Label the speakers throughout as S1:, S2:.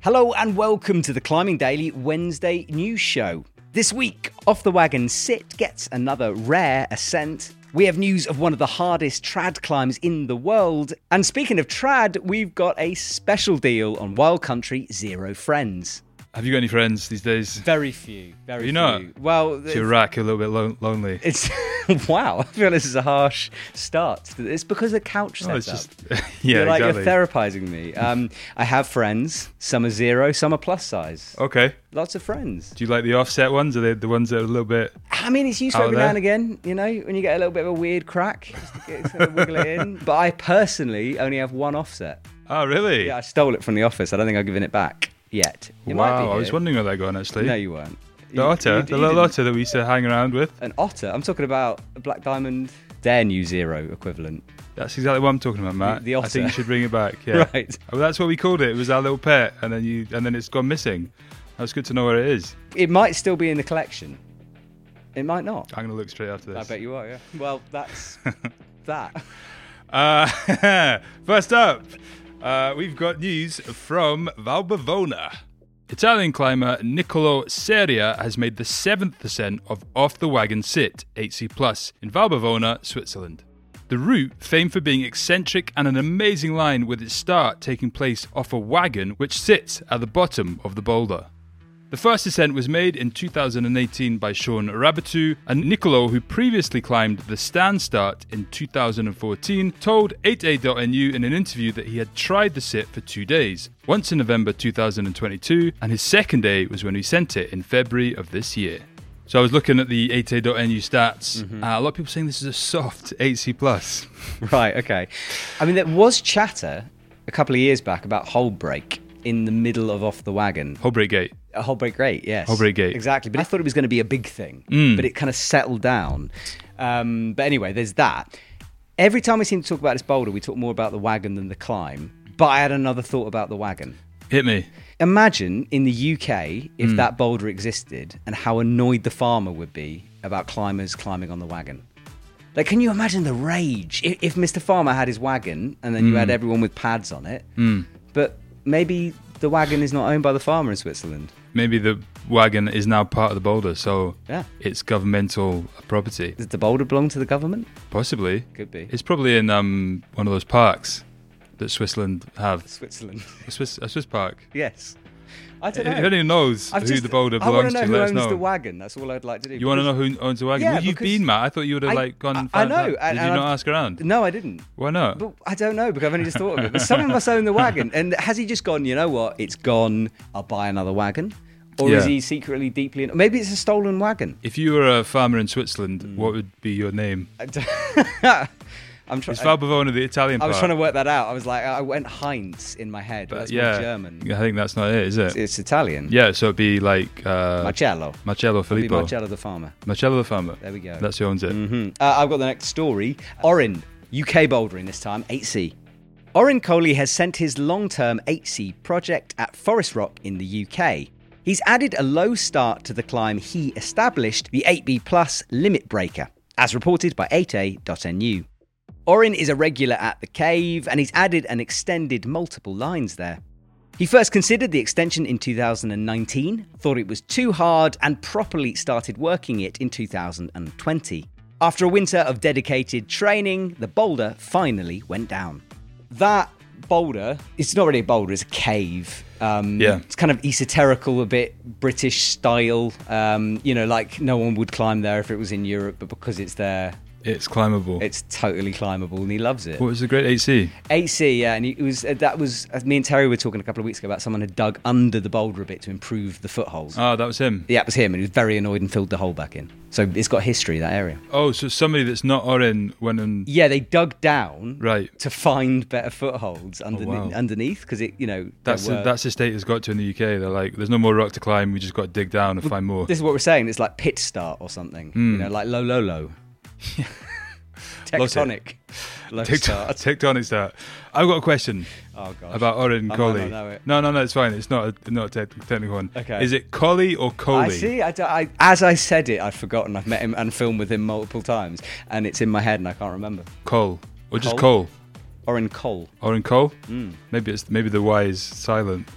S1: Hello and welcome to the Climbing Daily Wednesday news show. This week, Off the Wagon Sit gets another rare ascent. We have news of one of the hardest trad climbs in the world. And speaking of trad, we've got a special deal on Wild Country Zero Friends.
S2: Have you got any friends these days?
S1: Very few, very
S2: You
S1: few.
S2: know-
S1: Well,
S2: Is your rack a little bit lo- lonely?
S1: it's wow. I feel this is a harsh start. to this. It's because the couch setup.
S2: Oh, it's just yeah,
S1: you're like
S2: exactly.
S1: you're therapizing me. Um, I have friends. Some are zero, some are plus size.
S2: okay.
S1: Lots of friends.
S2: Do you like the offset ones? Are they the ones that are a little bit?
S1: I mean, it's useful
S2: Out
S1: every now
S2: Oh, there.
S1: and again, you know, when you get a little bit of a weird crack, just to get, sort of wiggle it in. But I personally only have one offset.
S2: Oh, really?
S1: Yeah, I stole it from the office. I don't think I've given it back yet. It might
S2: wow.
S1: be
S2: I was
S1: here.
S2: wondering where they're going actually.
S1: No, you weren't.
S2: the otter, the little otter that we used to hang around with.
S1: An otter. I'm talking about a Black Diamond, their new zero equivalent.
S2: That's exactly what I'm talking about, Matt.
S1: The
S2: I think
S1: otter.
S2: you should bring it back. Yeah.
S1: Right.
S2: Well, that's what we called it. It was our little pet, and then you, and then it's gone missing. That's good to know where it is.
S1: It might still be in the collection. It might not.
S2: I'm gonna look straight after
S1: I
S2: this.
S1: bet you are, yeah. Well, that's that.
S2: Uh, first up, uh, we've got news from Valbavona. Italian climber Niccolo Seria has made the seventh ascent of Off the Wagon Sit 8C Plus in Valbavona, Switzerland. The route, famed for being eccentric and an amazing line, with its start taking place off a wagon which sits at the bottom of the boulder. The first ascent was made in 2018 by Sean Rabatou and Niccolo, who previously climbed the stand start in 2014, told 8a.nu in an interview that he had tried the sit for two days, once in November 2022, and his second day was when he sent it in February of this year. So I was looking at the 8a.nu stats. Uh, a lot of people saying this is a soft 8c plus.
S1: Right, okay. I mean, there was chatter a couple of years back about hole break in the middle of Off the Wagon.
S2: Holbray Gate.
S1: A whole break rate, yes.
S2: Whole break rate.
S1: Exactly. But I thought it was going to be a big thing, but it kind of settled down. Um, but anyway, there's that. Every time we seem to talk about this boulder, we talk more about the wagon than the climb. But I had another thought about the wagon.
S2: Hit me.
S1: Imagine in the UK
S2: Hmm.
S1: if that boulder existed and how annoyed the farmer would be about climbers climbing on the wagon. Like, can you imagine the rage if, if Mr. Farmer had his wagon and then you
S2: Hmm.
S1: had everyone with pads on it? But maybe the wagon is not owned by the farmer in Switzerland.
S2: Maybe the wagon is now part of the boulder, so
S1: Yeah.
S2: it's governmental property.
S1: Does the boulder belong to the government?
S2: Possibly.
S1: Could be.
S2: It's probably in um, one of those parks that Switzerland have.
S1: Switzerland.
S2: A Swiss, a Swiss park.
S1: yes. I
S2: If
S1: don't know.
S2: anyone knows
S1: I've
S2: who
S1: just-
S2: the boulder
S1: I wanna
S2: belongs
S1: know
S2: to,
S1: who
S2: let us
S1: owns
S2: know.
S1: the wagon. That's all I'd like to do.
S2: you want to know who owns the wagon?
S1: Yeah,
S2: Where you've
S1: because
S2: been, Matt? I thought you would have
S1: I-
S2: like gone. and
S1: I, I
S2: found
S1: know.
S2: out.
S1: And,
S2: Did
S1: and
S2: you
S1: I've-
S2: not ask around?
S1: No, I didn't.
S2: Why not?
S1: But I don't know because I've only just thought of it. But someone must own the wagon. And has he just gone, you know what? It's gone. I'll buy another wagon. Or is
S2: Yeah.
S1: he secretly deeply. In- Maybe it's a stolen wagon.
S2: if you were a farmer in Switzerland, what would be your name?
S1: Mm. I don't- I'm
S2: It's
S1: trying.
S2: Valbavona, the Italian
S1: I was
S2: part,
S1: trying to work that out. I was like, I went Heinz in my head. But that's more
S2: yeah,
S1: German.
S2: I think that's not it, is it?
S1: It's Italian.
S2: yeah, so it'd be like uh,
S1: Marcello.
S2: Marcello
S1: It'd be
S2: Filippo.
S1: Marcello the farmer.
S2: Marcello the farmer.
S1: There we go.
S2: That's who owns it.
S1: Mhm. Uh, I've got the next story. Orin, UK bouldering this time, 8C. Orin Coley has sent his long term 8C project at Forest Rock in the UK. He's added a low start to the climb he established, the 8B Plus Limit Breaker, as reported by 8A.nu. Orin is a regular at the cave and he's added and extended multiple lines there. He first considered the extension in 2019, thought it was too hard, and properly started working it in 2020. After a winter of dedicated training, the boulder finally went down. That boulder, it's not really a boulder, it's a cave. Um,
S2: Yeah.
S1: It's kind of esoterical, a bit British style. Um, you know, like no one would climb there if it was in Europe, but because it's there,
S2: It's climbable.
S1: it's totally climbable and he loves it.
S2: what was the great AC?
S1: AC, yeah, and it was uh, that was uh, me and Terry were talking a couple of weeks ago about someone had dug under the boulder a bit to improve the footholds.
S2: Oh, that was him.
S1: yeah, it was him, and he was very annoyed and filled the hole back in. So it's got history that area.
S2: Oh, so somebody that's not Orin went and
S1: Yeah, they dug down
S2: right. Oh,
S1: to find better footholds underneath
S2: wow.
S1: underneath because it, you know, there
S2: That's the,
S1: were-
S2: that's the state it's got to in the UK. They're like, there's no more rock to climb. We just got to dig down and find more.
S1: this is what we're saying. It's like pit start or something, you know, like low, low, low.
S2: Loves Hmm. it.
S1: Tectonic, low
S2: Tectonic
S1: start.
S2: Tectonic start. I've got a question
S1: Oh gosh.
S2: about
S1: I
S2: Orin
S1: might
S2: Collie.
S1: not know it.
S2: No, no, no, it's fine. It's not a, not a tec- technical one.
S1: Okay.
S2: Is it Collie or Coley?
S1: I see. I, don't- I- as I said it, I'd forgotten. I've met him and filmed with him multiple times, and it's in my head, and I can't remember.
S2: Cole or just
S1: Cole? Hmm.
S2: Cole?
S1: Or in Cole.
S2: Orin Cole? Mm. Maybe it's maybe the Y is silent.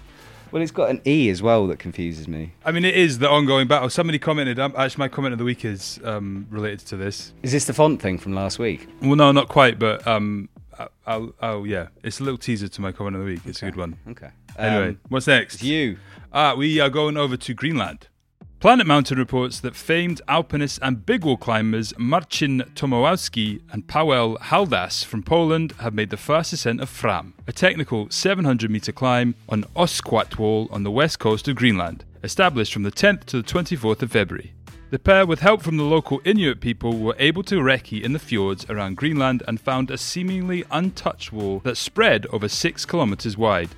S1: Well, it's got an E as well that confuses me.
S2: I mean, it is the ongoing battle. Somebody commented. Um, actually, my comment of the week is um, related to this.
S1: Is this the font thing from last week?
S2: Well, no, not quite, but um, I- I'll, oh yeah, it's a little teaser to my comment of the week. It's a good one.
S1: Okay. Um,
S2: Anyway, what's next?
S1: it's you.
S2: Ah, we are going over to Greenland. Planet Mountain reports that famed alpinists and big wall climbers Marcin Tomowalski and Paweł Haldas from Poland have made the first ascent of Fram, a technical 700 meter climb on Osquat Wall on the west coast of Greenland, established from the 10th to the 24th of February. The pair, with help from the local Inuit people, were able to recce in the fjords around Greenland and found a seemingly untouched wall that spread over 6 kilometers wide.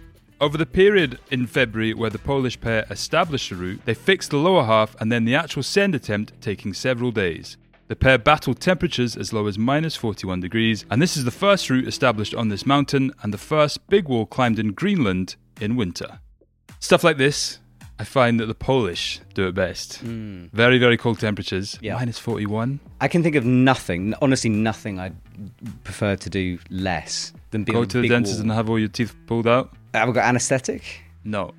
S2: Over the period in February where the Polish pair established the route, they fixed the lower half and then the actual send attempt taking several days. The pair battled temperatures as low as minus 41 degrees, and this is the first route established on this mountain and the first big wall climbed in Greenland in winter. Stuff like this, I find that the Polish do it best. Very, very cold temperatures.
S1: Hmm. Yeah.
S2: Minus 41.
S1: I can think of nothing, honestly, nothing I'd prefer to do less than be
S2: Go
S1: on a
S2: to the
S1: big
S2: dentist
S1: wall.
S2: and have all your teeth pulled out.
S1: Have I got anaesthetic?
S2: No.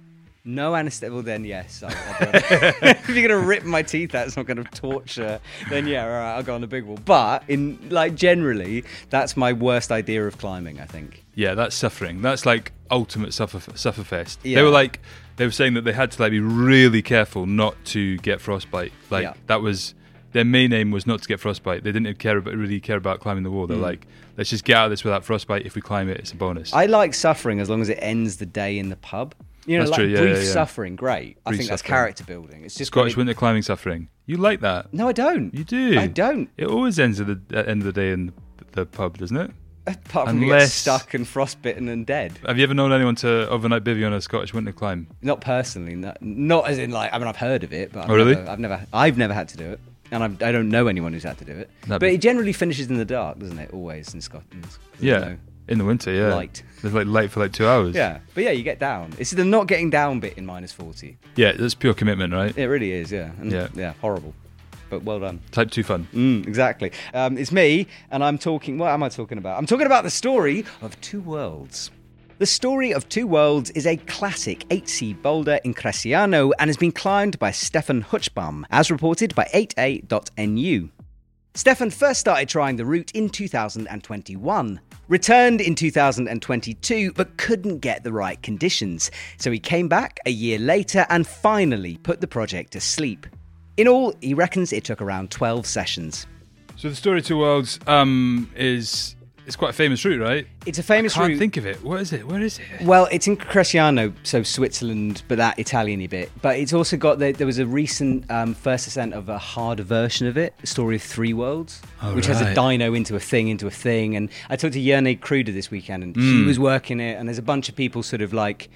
S1: No anaesthetic. Well, then yes. I'll, I'll go on- if you're gonna rip my teeth out, it's not gonna torture. Then yeah, all right, I'll go on the big wall. But in like generally, that's my worst idea of climbing. I think.
S2: Yeah, that's suffering. That's like ultimate suffer sufferfest.
S1: Yeah.
S2: They were like they were saying that they had to like be really careful not to get frostbite. Like
S1: Yeah.
S2: that was their main aim was not to get frostbite. They didn't care about really care about climbing the wall. They're like, let's just get out of this without frostbite. If we climb it, it's a bonus.
S1: Mm. I like suffering as long as it ends the day in the pub. You know,
S2: That's
S1: like
S2: true, yeah,
S1: brief
S2: yeah, yeah.
S1: suffering, great. I
S2: Brief
S1: think that's
S2: suffering.
S1: character building. It's just when
S2: Scottish
S1: it-
S2: winter climbing suffering. You like that?
S1: No, I don't.
S2: You do.
S1: I don't.
S2: It always ends at the at end of the day in the, the pub, doesn't it?
S1: Apart from being
S2: Unless-
S1: stuck and frostbitten and dead.
S2: Have you ever known anyone to overnight bivvy on a Scottish winter climb?
S1: Not personally. Not, not as in like. I mean, I've heard of it, but I've
S2: Oh, really?
S1: never, I've never, I've never had to do it, and I've, I don't know anyone who's had to do it. but
S2: That'd be-
S1: it generally finishes in the dark, doesn't it? Always in Scotland. There's
S2: Yeah.
S1: no-
S2: In the winter, yeah.
S1: Light.
S2: There's like light for like two hours.
S1: yeah, but yeah, you get down. It's the not getting down bit in minus forty.
S2: Yeah, that's pure commitment, right?
S1: It really is. Yeah. And
S2: Yeah.
S1: Yeah. Horrible. But well done.
S2: Type two fun.
S1: Mm, exactly. Um, it's me, and I'm talking. What am I talking about? I'm talking about the story of two worlds. The story of two worlds is a classic 8C boulder in Cresciano and has been climbed by Stefan Hutchbaum, as reported by 8a.nu. Stefan first started trying the route in 2021, returned in 2022, but couldn't get the right conditions. So he came back a year later and finally put the project to sleep. In all, he reckons it took around 12 sessions.
S2: So the story of two worlds um, is it's quite a famous route, right?
S1: It's a famous
S2: Can't
S1: route.
S2: think of it. What is it? Where is it?
S1: well, it's in Cresciano, so Switzerland, but that Italian bit. But it's also got the, there was a recent um, first ascent of a harder version of it, Story of Three Worlds,
S2: Oh,
S1: which has a
S2: right.
S1: dino into a thing into a thing. And I talked to Yerne Kruder this weekend, and she
S2: Hmm.
S1: was working it. And there's a bunch of people sort of like,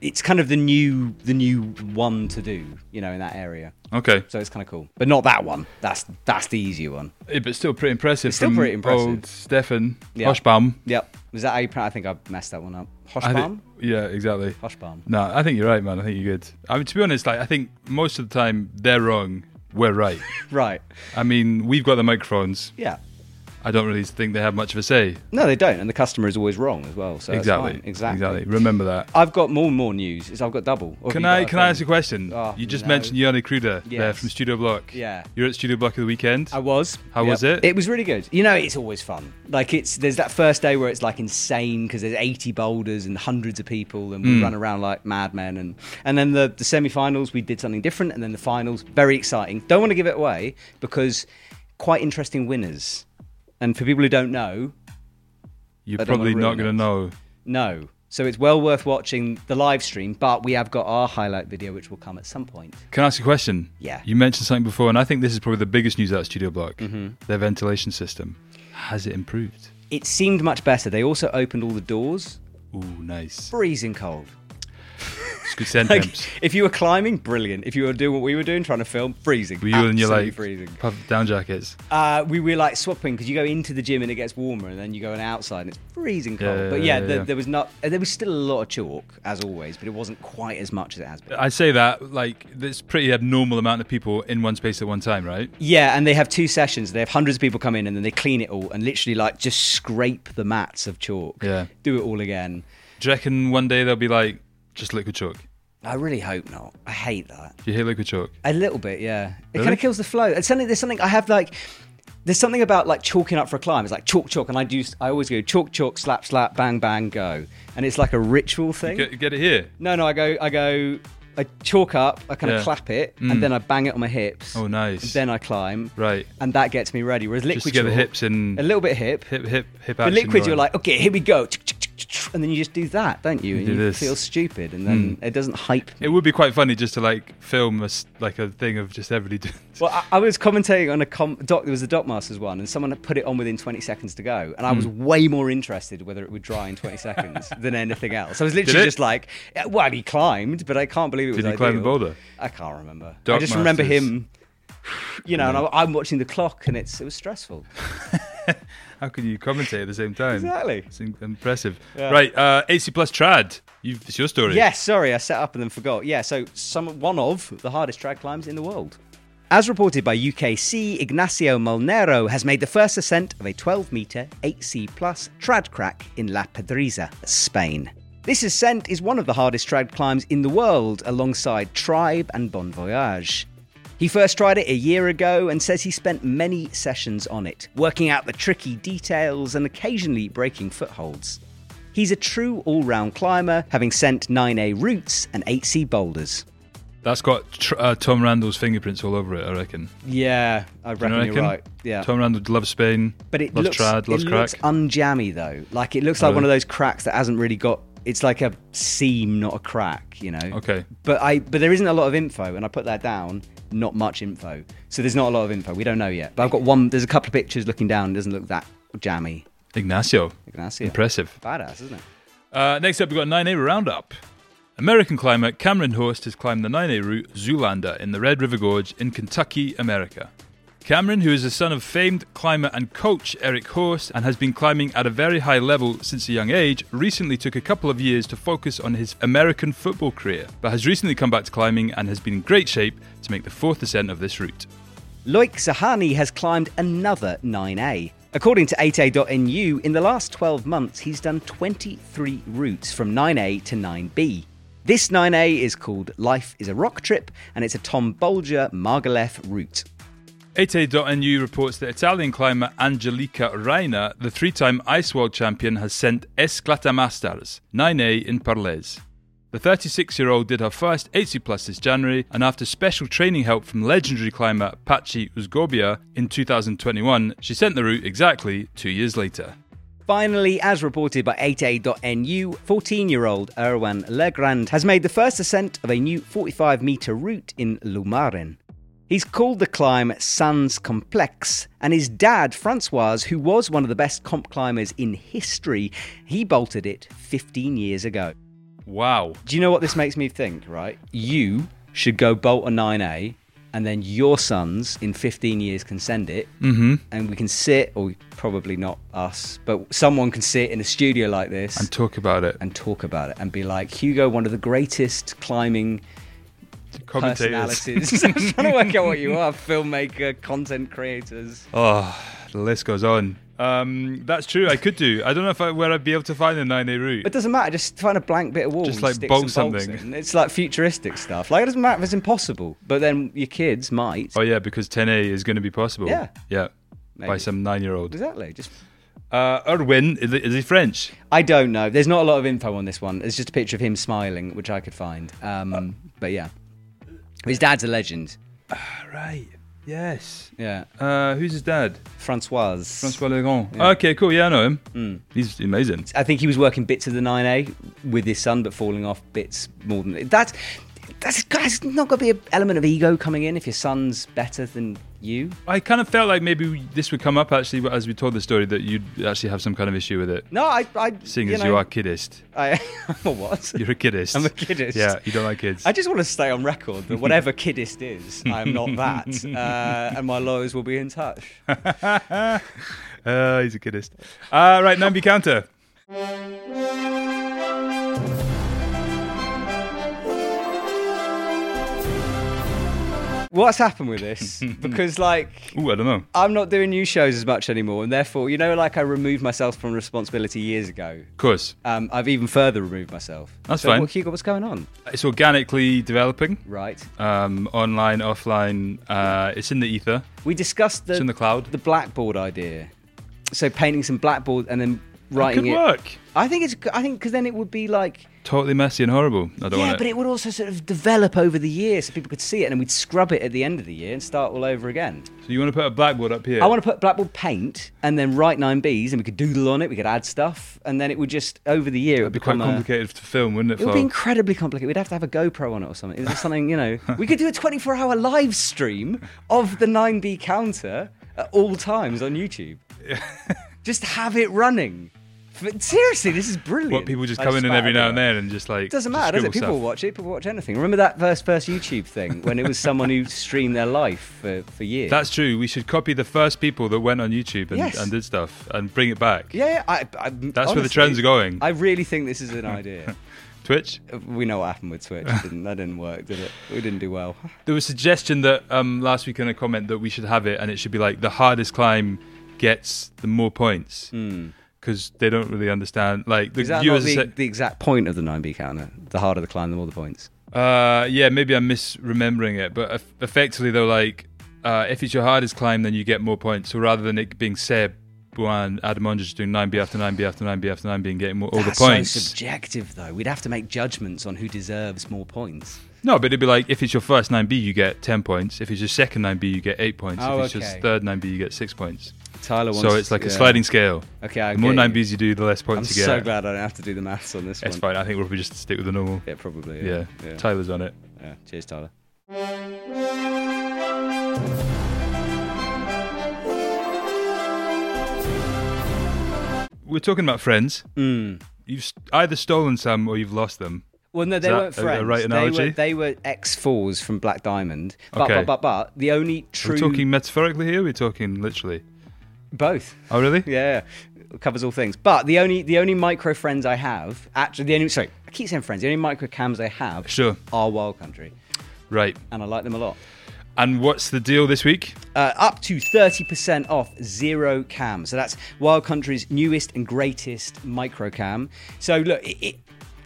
S1: it's kind of the new the new one to do, you know, in that area.
S2: Okay,
S1: So it's kind of cool, but not that one. That's that's the easier one.
S2: Yeah, but still pretty impressive.
S1: still
S2: from
S1: pretty impressive.
S2: Old Stefan
S1: Yeah.
S2: Hoshbaum.
S1: Yep. Is that how you pronounce? I think I messed that one up.
S2: I thi-
S1: Hoshbaum.
S2: yeah, exactly.
S1: Hoshbaum.
S2: No, I think you're right, man. I think you're good. I mean, to be honest, like I think most of the time they're wrong. We're right.
S1: Right.
S2: I mean, we've got the microphones.
S1: Yeah.
S2: I don't really think they have much of a say.
S1: No, they don't, and the customer is always wrong as well. So that's
S2: exactly.
S1: fine. exactly,
S2: Exactly. Remember that.
S1: I've got more and more news. Is I've got double. Or have
S2: Can
S1: you got
S2: I
S1: a
S2: can I ask a
S1: thing?
S2: question?
S1: Oh,
S2: you just
S1: no.
S2: mentioned Yanni Kruder there
S1: Yes.
S2: from Studio Block.
S1: Yeah.
S2: You're at Studio Block of the weekend.
S1: I was.
S2: How was it?
S1: It was really good. You know, it's always fun. Like it's there's that first day where it's like insane because there's 80 boulders and hundreds of people, and
S2: Hmm.
S1: we run around like madmen. And and then the the semi-finals we did something different, and then the finals very exciting. Don't want to give it away because quite interesting winners. And for people who don't know,
S2: You're
S1: I don't wanna
S2: probably not
S1: ruin
S2: going to
S1: it.
S2: know.
S1: No. So it's well worth watching the live stream, but we have got our highlight video, which will come at some point.
S2: Can I ask you a question?
S1: Yeah.
S2: You mentioned something before, and I think this is probably the biggest news out of Studio Block.
S1: Mm-hmm.
S2: Their ventilation system has it improved?
S1: It seemed much better. They also opened all the doors.
S2: Ooh, nice.
S1: Freezing cold.
S2: It's good send
S1: Like,
S2: temps.
S1: if you were climbing, brilliant. If you were doing what we were doing, trying to film, freezing.
S2: Were you in your
S1: Absolutely
S2: like
S1: freezing.
S2: puff down jackets?
S1: Uh, we were like swapping because you go into the gym and it gets warmer, and then you go in outside and it's freezing cold.
S2: Yeah,
S1: but
S2: yeah,
S1: yeah,
S2: yeah,
S1: the,
S2: yeah.
S1: there was not. uh, There was still a lot of chalk as always, but it wasn't quite as much as it has been.
S2: I say that like there's pretty abnormal amount of people in one space at one time, right?
S1: Yeah, and they have two sessions. They have hundreds of people come in and then they clean it all and literally like just scrape the mats of chalk.
S2: Yeah.
S1: Do it all again.
S2: Do you reckon one day they'll be like, Just liquid chalk.
S1: I really hope not. I hate that.
S2: Do you hear liquid chalk?
S1: A little bit, yeah. It
S2: Really?
S1: kind of kills the flow. It's something. There's something I have like. There's something about like chalking up for a climb. It's like chalk, chalk, and I do. I always go chalk, chalk, slap, slap, bang, bang, go, and it's like a ritual thing.
S2: Get, get it here.
S1: No, no, I go, I go, I chalk up, I kind
S2: Yeah. Mm.
S1: of clap it, and then I bang it on my hips.
S2: Oh, nice.
S1: Then I climb,
S2: Right.
S1: and that gets me ready. Whereas liquid
S2: Just to get the
S1: chalk,
S2: hips in.
S1: a little bit hip.
S2: Hip, hip, hip
S1: But
S2: action
S1: liquid, you're
S2: going.
S1: like, okay, here we go, and then you just do that, don't you? And
S2: do
S1: you
S2: this. Hmm.
S1: feel stupid, and then it doesn't hype
S2: It would be quite funny just to like film a, s- like a thing of just everybody doing.
S1: Well, I, I was commentating on a com- doc. There was a Doc Masters one, and someone had put it on within 20 seconds to go, and I was
S2: Hmm.
S1: way more interested whether it would dry in 20 seconds than anything else. I was literally
S2: it?
S1: just like, yeah, well, he climbed, but I can't believe it was.
S2: Did he climb the
S1: ideal.
S2: boulder?
S1: I can't remember. I
S2: Doc
S1: just remember
S2: Masters.
S1: him. You know, and I, I'm watching the clock, and it's it was stressful.
S2: How can you commentate at the same time?
S1: Exactly.
S2: It's in- impressive.
S1: Yeah.
S2: Right, uh, AC plus trad. You've, it's your story.
S1: Yes, sorry, I set up and then forgot. Yeah, so some one of the hardest trad climbs in the world. As reported by UKC, Ignacio Molnero has made the first ascent of a 12 metre 8C plus trad crack in La Pedriza, Spain. This ascent is one of the hardest trad climbs in the world, alongside Tribe and Bon Voyage. He first tried it a year ago and says he spent many sessions on it, working out the tricky details and occasionally breaking footholds. He's a true all round climber, having sent 9A routes and 8C boulders.
S2: That's got tr- uh, Tom Randall's fingerprints all over it, I reckon.
S1: Yeah, I
S2: You
S1: reckon,
S2: reckon?
S1: you're right. Yeah.
S2: Tom Randall loves Spain.
S1: but it
S2: loves
S1: looks,
S2: trad, loves
S1: it
S2: crack.
S1: looks unjammy though. Like it looks like one of those cracks that hasn't really got. It's like a seam, not a crack, you know.
S2: Okay.
S1: But I, but there isn't a lot of info, and I put that down. Not much info, so there's not a lot of info. We don't know yet. But I've got one. There's a couple of pictures looking down. It doesn't look that jammy.
S2: Ignacio.
S1: Ignacio.
S2: Impressive.
S1: Badass, isn't it?
S2: Uh, next up, we've got a 9A roundup. American climber Cameron Host has climbed the 9A route Zoolander in the Red River Gorge in Kentucky, America. Cameron, who is the son of famed climber and coach Eric Horst and has been climbing at a very high level since a young age, recently took a couple of years to focus on his American football career, but has recently come back to climbing and has been in great shape to make the fourth ascent of this route.
S1: Loic Zahani has climbed another 9A. According to 8A.NU, in the last 12 months, he's done 23 routes from 9A to 9B. This 9A is called Life is a Rock Trip, and it's a Tom Bolger Margalef route.
S2: 8A.NU reports that Italian climber Angelica Reina, the three time Ice World champion, has sent Esclatamasters, 9A in Parles. The 36 year old did her first 80 plus this January, and after special training help from legendary climber Pachi Uzgobia in 2021, she sent the route exactly two years later.
S1: Finally, as reported by 8A.NU, 14 year old Erwan Legrand has made the first ascent of a new 45 metre route in Lumarin. He's called the climb Sans Complex, and his dad, Francoise, who was one of the best comp climbers in history, he bolted it 15 years ago.
S2: Wow.
S1: Do you know what this makes me think, right? You should go bolt a 9A, and then your sons in 15 years can send it, mm-hmm. and we can sit, or probably not us, but someone can sit in a studio like this
S2: And
S1: and,
S2: talk about it.
S1: talk about it and be like, Hugo, one of the greatest climbing
S2: Commentators.
S1: personalities. I'm trying to work out what you are filmmaker, content creators.
S2: Oh, the list goes on. Um, that's true. I could do. I don't know if I, where I'd be able to find the 9A route.
S1: It doesn't matter. Just find a blank bit of wall.
S2: Just,
S1: and
S2: like,
S1: stick
S2: bolt
S1: some bolts
S2: something.
S1: in. It's like futuristic stuff. Like it doesn't matter if it's impossible, but then your kids might.
S2: Oh yeah, because 10A is going to be possible.
S1: Yeah.
S2: yeah, by
S1: Maybe.
S2: some nine-year-old.
S1: Exactly. Just
S2: Uh, Erwin is, is he French?
S1: I don't know. There's not a lot of info on this one. It's just a picture of him smiling, which I could find. Um,
S2: Uh,
S1: but yeah, his dad's a legend. Ah,
S2: Right. Yes.
S1: Yeah,
S2: Uh, who's his dad?
S1: Francoise.
S2: François Legrand. Okay, cool. Yeah, I know him.
S1: Hmm.
S2: He's amazing.
S1: I think he was working bits of the 9A with his son, but falling off bits more than that's that's guys not going to be an element of ego coming in if your son's better than you.
S2: I kind of felt like maybe we- this would come up actually as we told the story that you'd actually have some kind of issue with it,
S1: No, I, I
S2: seeing
S1: you
S2: as
S1: know,
S2: you are kiddist.
S1: I, I was.
S2: You're a kiddist.
S1: I'm a kiddist.
S2: Yeah, you don't like kids.
S1: I just want to stay on record that whatever kiddist is, I'm not that, uh, and my lawyers will be in touch.
S2: uh, he's a kiddist. Uh, right, Nambi counter.
S1: what's happened with this? because like
S2: Ooh, I don't know.
S1: I'm not doing new shows as much anymore, and therefore, you know, like I removed myself from responsibility years ago.
S2: Of course,
S1: Um, I've even further removed myself.
S2: That's
S1: so
S2: fine.
S1: What, Hugo, what's going on?
S2: it's organically developing,
S1: Right.
S2: um, online, offline. Uh, it's in the ether.
S1: We discussed the
S2: It's in the cloud.
S1: the blackboard idea. So painting some blackboard and then writing
S2: Could
S1: it.
S2: work.
S1: I think it's. I think because then it would be like.
S2: Totally messy and horrible. I don't
S1: yeah,
S2: want
S1: but it would also sort of develop over the year, so people could see it, and then we'd scrub it at the end of the year and start all over again.
S2: So you want to put a blackboard up here?
S1: I want to put blackboard paint and then write nine Bs, and we could doodle on it. We could add stuff, and then it would just over the year it would
S2: It'd be quite
S1: become a,
S2: complicated to film, wouldn't it?
S1: It would be
S2: Flo?
S1: incredibly complicated. We'd have to have a GoPro on it or something. Is it something, you know? We could do a 24 hour live stream of the 9B counter at all times on YouTube. Just have it running. F- Seriously, this is brilliant.
S2: What people just
S1: I
S2: come in and
S1: spat
S2: every now
S1: everywhere.
S2: and then and just like
S1: It doesn't
S2: just
S1: matter, does it?
S2: scribble
S1: People
S2: stuff.
S1: watch it, people watch anything. Remember that first first YouTube thing when it was someone who streamed their life for, for years?
S2: That's true. We should copy the first people that went on YouTube and,
S1: Yes.
S2: and did stuff and bring it back.
S1: yeah, yeah, I, I,
S2: That's where the trends are going.
S1: I really think this is an idea.
S2: Twitch.
S1: we know what happened with Twitch. It didn't, that didn't work, did it? We didn't do well.
S2: There was a suggestion that um, last week in a comment that we should have it and it should be like the hardest climb gets the more points because they don't really understand. Like the
S1: Hmm. Is that not
S2: viewers.
S1: the,
S2: are
S1: the exact point of the 9B counter? The harder the climb, the more the points.
S2: Uh, yeah, maybe I'm misremembering it, but eff- effectively they're like, uh, if it's your hardest climb, then you get more points. So rather than it being Seb, Buan, Adam Onge just doing 9B after 9B after 9B after 9B and getting more, all
S1: That's
S2: the points.
S1: so subjective, though. We'd have to make judgments on who deserves more points.
S2: no, but it'd be like, if it's your first 9B, you get 10 points. If it's your second 9B, you get 8 points.
S1: Oh,
S2: if it's
S1: okay.
S2: your third 9B, you get 6 points.
S1: Tyler wants.
S2: So it's like a
S1: yeah.
S2: sliding scale.
S1: Okay, I
S2: The more
S1: get
S2: 9Bs you do, the less
S1: I'm
S2: points you get.
S1: so glad I don't have to do the maths on this
S2: That's
S1: one.
S2: fine. I think we'll probably just stick with the normal.
S1: Yeah, probably.
S2: Yeah.
S1: Yeah. Yeah.
S2: Tyler's on it.
S1: Yeah. Cheers, Tyler.
S2: We're talking about friends. You've s- either stolen some or you've lost them.
S1: Hmm. Well, no, they
S2: that
S1: weren't
S2: a- a
S1: friends.
S2: right
S1: They
S2: analogy?
S1: were, they were X4s from Black Diamond. But,
S2: Okay.
S1: but, but, but, the only true.
S2: We're talking metaphorically here. We're talking literally.
S1: Both.
S2: Oh, really?
S1: Yeah, it covers all things. But the only the only micro friends I have actually the only sorry I keep saying friends the only micro cams I have
S2: Sure.
S1: are Wild Country,
S2: Right.
S1: and I like them a lot.
S2: And what's the deal this week?
S1: Uh, up to 30% off zero cam. So that's Wild Country's newest and greatest micro cam. So look, it, it,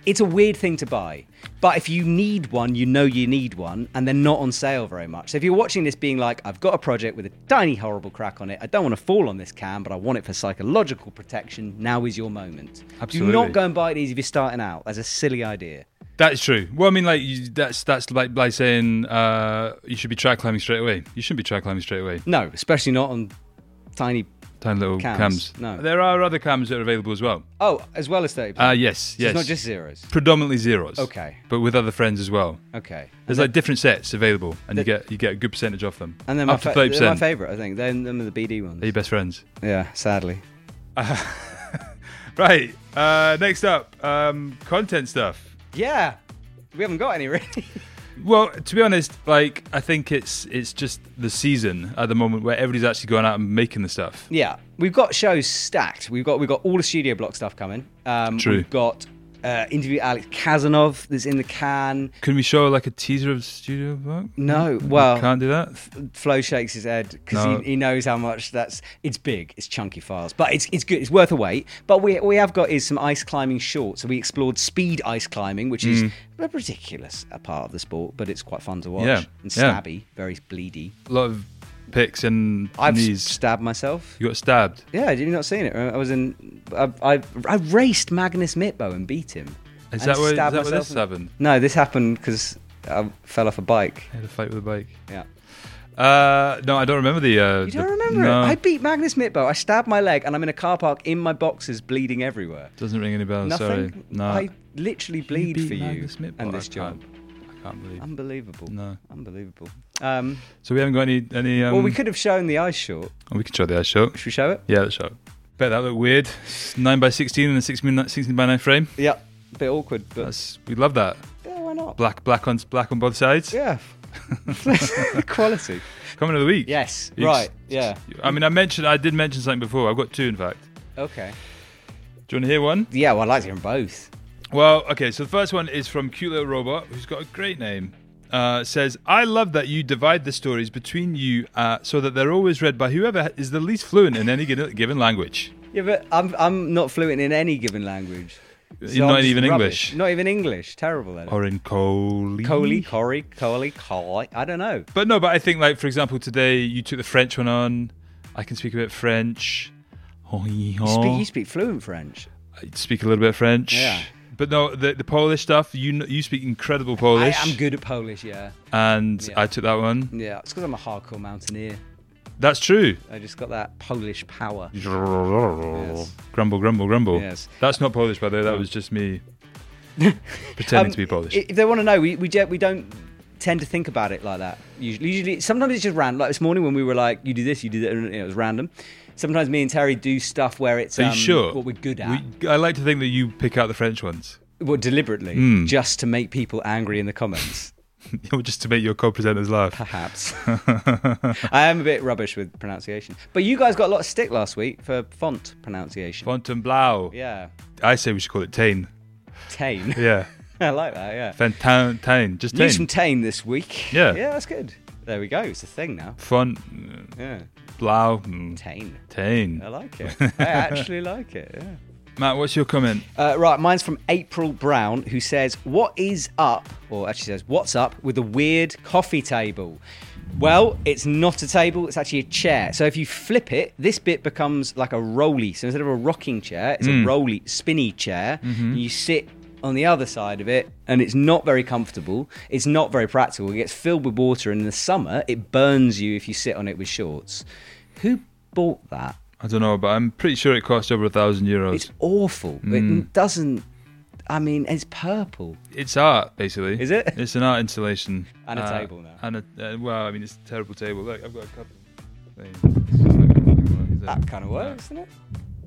S1: it's a weird thing to buy, but if you need one, you know you need one, and they're not on sale very much. So if you're watching this being like, I've got a project with a tiny horrible crack on it, I don't want to fall on this cam, but I want it for psychological protection, now is your moment. Do
S2: Absolutely.
S1: not go and buy these if you're starting out. That's a silly idea.
S2: That's true. Well, I mean, like you, that's that's like like saying uh, you should be track climbing straight away. You shouldn't be track climbing straight away.
S1: No, especially not on tiny.
S2: Tiny little cams.
S1: Cams. No.
S2: There are other cams that are available as well.
S1: Oh, as well as 30%.
S2: Uh, yes,
S1: So
S2: yes.
S1: It's not just zeros.
S2: predominantly zeros.
S1: Okay.
S2: But with other friends as well.
S1: Okay.
S2: There's like different sets available, and you get you get a good percentage off them.
S1: And then my,
S2: up
S1: fa-
S2: to thirty
S1: they're my
S2: percent.
S1: favorite, I think. They're, them are the BD ones.
S2: Are your best friends?
S1: Yeah, sadly.
S2: Right. Uh, next up, um, content stuff.
S1: Yeah, we haven't got any really.
S2: Well, to be honest, like I think it's it's just the season at the moment where everybody's actually going out and making the stuff.
S1: yeah, we've got shows stacked. We've got we've got all the studio block stuff coming. Um,
S2: True.
S1: We've got uh, interview Alex Kazanov that's in the can.
S2: Can we show like a teaser of Studio Block?
S1: No, Mm, well,
S2: can't do that.
S1: Flo shakes his head because
S2: No.
S1: he, he knows how much that's. It's big, it's chunky files, but it's it's good, it's worth a wait. But we we have got is some ice climbing shorts. So we explored speed ice climbing, which is
S2: Mm.
S1: a ridiculous a part of the sport, but it's quite fun to watch
S2: Yeah,
S1: and
S2: yeah.
S1: stabby, very bleedy.
S2: A lot of pics and
S1: I've
S2: knees.
S1: stabbed myself.
S2: you got stabbed.
S1: Yeah, have you not seen it? I was in. I I, I raced Magnus Mitbo and beat him. And
S2: Is that where, is that
S1: stabbed
S2: where
S1: myself
S2: this
S1: in-
S2: happened?
S1: No, this happened because I fell off a bike.
S2: I had a fight with a bike.
S1: Yeah.
S2: Uh, no, I don't remember the. Uh,
S1: You
S2: the-
S1: don't remember
S2: no,
S1: it? I beat Magnus Mitbo. I stabbed my leg, and I'm in a car park in my boxes, bleeding everywhere.
S2: doesn't ring any bells.
S1: Nothing.
S2: Oh, Sorry. No.
S1: I literally bleed
S2: beat
S1: for you
S2: Magnus Mitbot?
S1: and this
S2: I can't-
S1: job.
S2: I can't believe.
S1: Unbelievable.
S2: No.
S1: Unbelievable. Um,
S2: So we haven't got any any. Um,
S1: well, we could have shown the ice short.
S2: oh, we could show the ice show.
S1: Should we show it?
S2: Yeah, let's show. it. Bet that looked weird. Nine by sixteen and a six min- sixteen by nine frame.
S1: Yeah. A bit awkward, but
S2: That's we love that.
S1: yeah, why not?
S2: Black, black on black on both sides.
S1: Yeah. Quality.
S2: Coming of the week.
S1: Yes.
S2: Ex-
S1: Right. Yeah.
S2: I mean, I mentioned I did mention something before. I've got two, in fact.
S1: Okay.
S2: Do you want to hear one?
S1: Yeah, well, I'd like to hear them both.
S2: Well, okay. So the first one is from Cute Little Robot, who's got a great name. uh, says, I love that you divide the stories between you uh, so that they're always read by whoever is the least fluent in any gi- given language.
S1: Yeah, but I'm I'm not fluent in any given language.
S2: You're
S1: I'm
S2: not
S1: just
S2: even
S1: rubbish.
S2: English.
S1: Not even English. Terrible at it.
S2: Or in Coley.
S1: Coley, Corey, Coley, Coley. I don't know.
S2: But no, but I think, like, for example, today you took the French one on. I can speak a bit French. Oh,
S1: You speak, you speak fluent French.
S2: I speak a little bit of French.
S1: Yeah.
S2: But no, the, the Polish stuff, you kn- you speak incredible
S1: I
S2: Polish.
S1: am good at Polish, yeah.
S2: And
S1: Yeah.
S2: I took that one.
S1: Yeah, it's because I'm a hardcore mountaineer.
S2: That's true.
S1: I just got that Polish power.
S2: Grumble, grumble, grumble.
S1: Yes.
S2: That's not Polish, by the way. That was just me pretending
S1: Um,
S2: to be Polish.
S1: i- If they want to know, we, we, don't, we don't tend to think about it like that. Usually, usually, sometimes it's just random. Like this morning when we were like, you do this, you do that, and it was random. Sometimes me and Terry do stuff where it's
S2: Are you
S1: um,
S2: sure?
S1: what we're good at.
S2: We- I like to think that you pick out the French ones,
S1: well, deliberately,
S2: Hmm.
S1: just to make people angry in the comments,
S2: just to make your co-presenters laugh.
S1: perhaps. I am a bit rubbish with pronunciation. But you guys got a lot of stick last week for font pronunciation.
S2: Fontainebleau.
S1: Yeah.
S2: I say we should call it Tain.
S1: Tane.
S2: Yeah.
S1: I like that, yeah.
S2: Fantain. Tain. Just
S1: News
S2: Tain.
S1: from Tane this week.
S2: Yeah.
S1: Yeah, that's good. There we go. It's a thing now.
S2: Font.
S1: Yeah.
S2: Blau. mm,
S1: Tane. I
S2: Tain.
S1: like it. I actually like it. Yeah.
S2: Matt, what's your comment?
S1: Uh, right, mine's from April Brown, who says, What is up, or actually says, What's up with the weird coffee table? Well, it's not a table, it's actually a chair. So if you flip it, this bit becomes like a rolly. So instead of a rocking chair, it's a rolly, spinny chair. You sit on the other side of it, and it's not very comfortable. It's not very practical. It gets filled with water, and in the summer, it burns you if you sit on it with shorts. Who bought that?
S2: I don't know, but I'm pretty sure it cost over a thousand euros.
S1: It's awful. It doesn't. I mean, it's purple.
S2: It's art, basically.
S1: Is it?
S2: It's an art installation.
S1: And a table now.
S2: And a, uh, well, I mean, it's a terrible table. Look, I've got a cup. of things.
S1: That kind of works, doesn't it?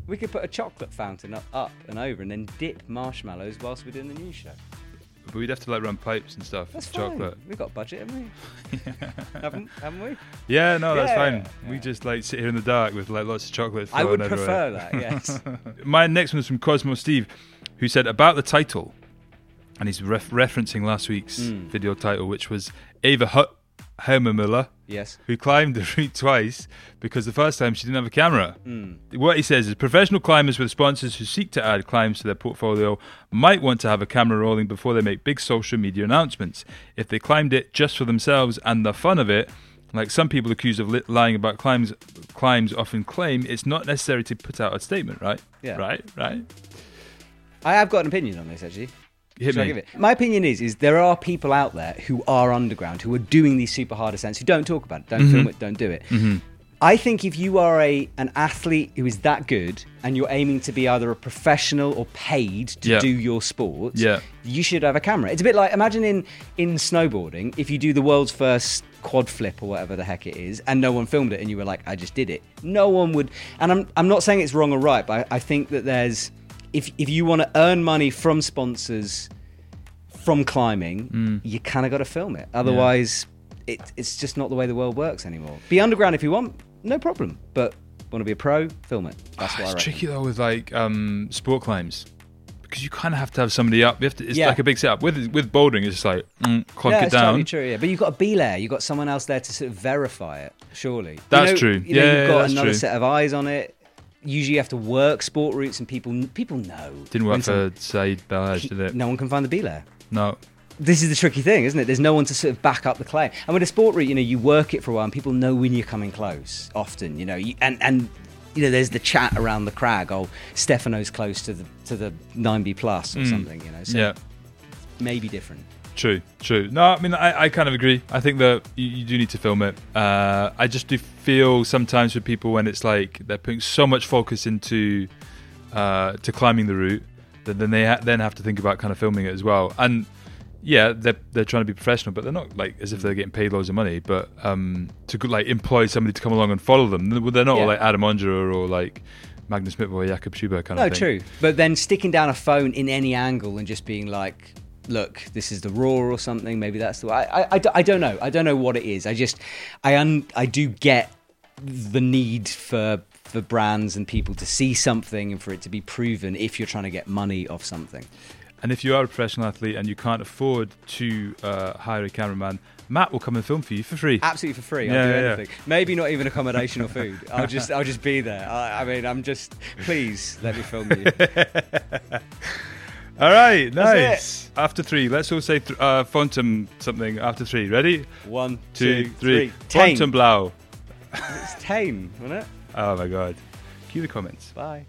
S1: We could put a chocolate fountain up, up and over, and then dip marshmallows whilst we're doing the news show.
S2: But we'd have to like run pipes and stuff.
S1: That's
S2: chocolate.
S1: fine. We've got budget, haven't we? haven't, haven't we?
S2: Yeah, no, that's
S1: Yeah,
S2: fine.
S1: yeah.
S2: We just like sit here in the dark with like lots of chocolate.
S1: I would
S2: flowing
S1: prefer
S2: everywhere.
S1: that. Yes.
S2: My next one's from Cosmo Steve, who said about the title, and he's ref- referencing last week's video title, which was Ava Hut Hermamiller.
S1: yes.
S2: who climbed the route twice because the first time she didn't have a camera.
S1: Hmm.
S2: What he says is professional climbers with sponsors who seek to add climbs to their portfolio might want to have a camera rolling before they make big social media announcements. If they climbed it just for themselves and the fun of it, like some people accused of li- lying about climbs, climbs often claim it's not necessary to put out a statement, right?
S1: Yeah. Hmm.
S2: Right, right.
S1: I have got an opinion on this actually.
S2: Hit
S1: Shall I
S2: me.
S1: give it? My opinion is is there are people out there who are underground, who are doing these super hard ascents, who don't talk about it, don't
S2: Mm-hmm.
S1: film it, don't do it. I think if you are a an athlete who is that good and you're aiming to be either a professional or paid to
S2: Yeah.
S1: do your sport,
S2: Yeah.
S1: you should have a camera. It's a bit like imagine in in snowboarding if you do the world's first quad flip or whatever the heck it is and no one filmed it and you were like I just did it. No one would and I'm I'm not saying it's wrong or right, but I, I think that there's if if you want to earn money from sponsors from climbing,
S2: Mm.
S1: you kind of got to film it. Otherwise, it, it's just not the way the world works anymore. Be underground if you want, no problem. But want to be a pro, film it. That's what I
S2: Ah, it's
S1: reckon.
S2: tricky though with like um, sport climbs because you kind of have to have somebody up. You have to, it's
S1: Yeah.
S2: like a big setup. With with bouldering, it's just like mm, clunk
S1: Yeah,
S2: it
S1: it's
S2: down.
S1: totally true. Yeah, but you've got to be there. You've got someone else there to sort of verify it. Surely, You
S2: That's
S1: know-
S2: true.
S1: You know,
S2: Yeah,
S1: you've got
S2: that's
S1: another
S2: true.
S1: set of eyes on it. Usually, you have to work sport routes, and people people know.
S2: Didn't
S1: when
S2: work
S1: some-
S2: for Said Balaj, did it?
S1: No one can find the be there.
S2: No.
S1: this is the tricky thing, isn't it? There's no one to sort of back up the claim. And with a sport route, you know, you work it for a while, and people know when you're coming close. Often, you know, you, and and you know, there's the chat around the crag. Oh, Stefano's close to the to the 9B plus or something. You know, so
S2: Yeah.
S1: maybe different.
S2: True. True. No, I mean, I, I kind of agree. I think that you, you do need to film it. Uh, I just do feel sometimes with people when it's like they're putting so much focus into uh, to climbing the route that then they ha- then have to think about kind of filming it as well. And yeah, they're they're trying to be professional, but they're not like as if they're getting paid loads of money. But um, to go- like employ somebody to come along and follow them, they're not
S1: Yeah.
S2: like Adam Ondra or like Magnus Mitboy or Jakob Schuber kind
S1: No,
S2: of thing.
S1: true. But then sticking down a phone in any angle and just being like, look, this is the roar or something. Maybe that's the way. I, I, I d- I don't know. I don't know what it is. I just, I, un, I do get the need for for brands and people to see something and for it to be proven if you're trying to get money off something.
S2: And if you are a professional athlete and you can't afford to uh, hire a cameraman, Matt will come and film for you for free.
S1: Absolutely for free. I'll
S2: Yeah,
S1: do
S2: yeah, yeah.
S1: anything. Maybe not even accommodation or food. I'll just I'll just be there. I, I mean, I'm just please let me film you.
S2: All
S1: That's
S2: right, nice. After three, let's all say th- uh, Fontum something after three. Ready?
S1: One,
S2: Two, three.
S1: Tame.
S2: Fontainebleau.
S1: It's tame, wasn't it?
S2: Oh my god. Cue the comments.
S1: Bye.